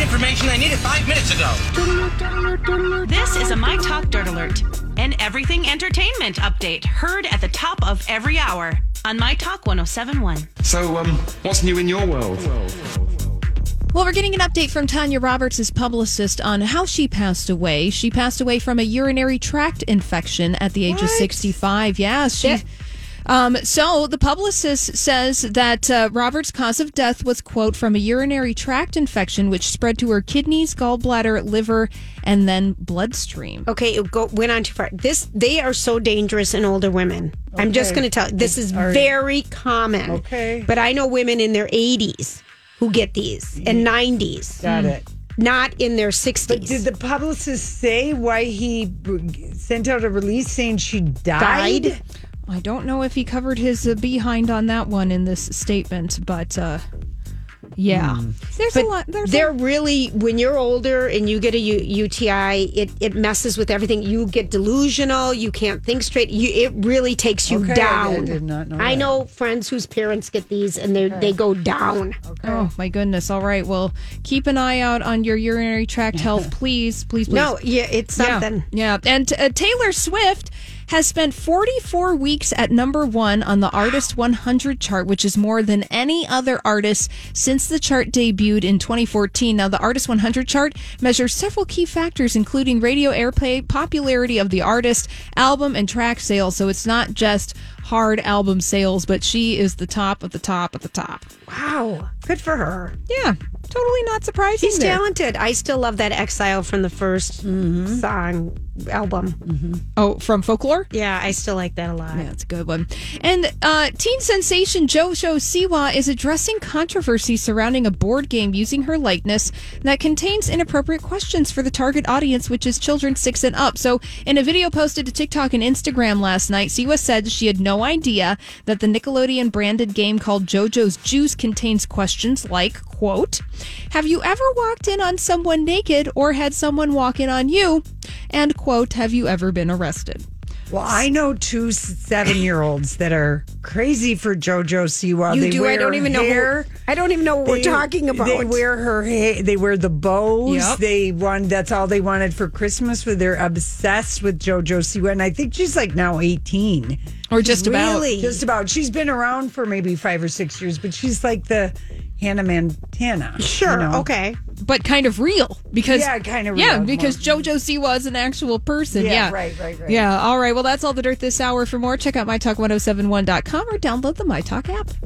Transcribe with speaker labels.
Speaker 1: information I needed five minutes ago.
Speaker 2: This is a My Talk Dirt Alert, an everything entertainment update heard at the top of every hour on My Talk 1071.
Speaker 3: So, um, what's new in your world?
Speaker 4: Well, we're getting an update from Tanya Roberts' publicist on how she passed away. She passed away from a urinary tract infection at the age of 65. Yeah, she. Um, so the publicist says that uh, Robert's cause of death was quote from a urinary tract infection which spread to her kidneys, gallbladder, liver, and then bloodstream.
Speaker 5: Okay, it go, went on too far. This they are so dangerous in older women. I'm just going to tell. This is very common.
Speaker 6: Okay.
Speaker 5: but I know women in their 80s who get these and 90s,
Speaker 6: Got it.
Speaker 5: not in their
Speaker 6: But did
Speaker 5: 60s.
Speaker 6: the publicist say why he b- sent out a release saying she died?
Speaker 5: Died?
Speaker 4: I don't know if he covered his uh, behind on that one in this statement, but uh, yeah, there's a lot. There's
Speaker 5: They're really when you're older and you get a U- UTI, it, it messes with everything. You get delusional. You can't think straight. You, it really takes you
Speaker 6: Okay, I
Speaker 5: down.
Speaker 6: did- did not know
Speaker 5: I
Speaker 6: that.
Speaker 5: know friends whose parents get these and they they go down.
Speaker 4: Oh my goodness! All right, well, keep an eye out on your urinary tract health, please, please, please.
Speaker 5: No, yeah, it's something.
Speaker 4: Yeah, yeah. and uh, Taylor Swift has spent 44 weeks at number one on the Artist 100 chart, which is more than any other artist since the chart debuted in 2014. Now, the Artist 100 chart measures several key factors, including radio airplay, popularity of the artist, album, and track sales. So it's not just hard album sales, but she is the top of the top of the top.
Speaker 5: Wow, good for her.
Speaker 4: Yeah, totally not surprising.
Speaker 5: She's
Speaker 4: there.
Speaker 5: talented. I still love that Exile from the 1st song album.
Speaker 4: Oh, from folklore?
Speaker 5: Yeah, I still like that a lot.
Speaker 4: That's a good one. And uh, teen sensation JoJo Siwa is addressing controversy surrounding a board game using her likeness that contains inappropriate questions for the target audience, which is children six and up. So, in a video posted to TikTok and Instagram last night, Siwa said she had no idea that the Nickelodeon branded game called JoJo's Juice contains questions like, quote, Have you ever walked in on someone naked or had someone walk in on you? And, quote, Have you ever been arrested?
Speaker 6: Well, I know two seven-year-olds that are crazy for JoJo Siwa.
Speaker 5: You
Speaker 6: They
Speaker 5: do.
Speaker 6: wear
Speaker 5: I don't
Speaker 6: her
Speaker 5: even know.
Speaker 6: hair.
Speaker 5: Who, I don't even know what we're
Speaker 6: They-
Speaker 5: talking about.
Speaker 6: They wear her hair. They wear the bows.
Speaker 4: Yep.
Speaker 6: They won. That's all they wanted for Christmas. With they're obsessed with JoJo Siwa, and I think she's like now eighteen.
Speaker 4: Or just about.
Speaker 6: Just about. She's been around for maybe five or six years, but she's like the Hannah Montana. you
Speaker 5: Sure.
Speaker 6: know?
Speaker 5: Okay.
Speaker 4: but kind of real because
Speaker 6: Yeah, kind of
Speaker 4: yeah
Speaker 6: real,
Speaker 4: because
Speaker 6: more-
Speaker 4: JoJo Siwa is an actual person. Yeah,
Speaker 6: Yeah, right, right, right.
Speaker 4: oh Yeah, all right. Well, that's all the dirt this hour. For more, check out mytalk1071.com or download the MyTalk app.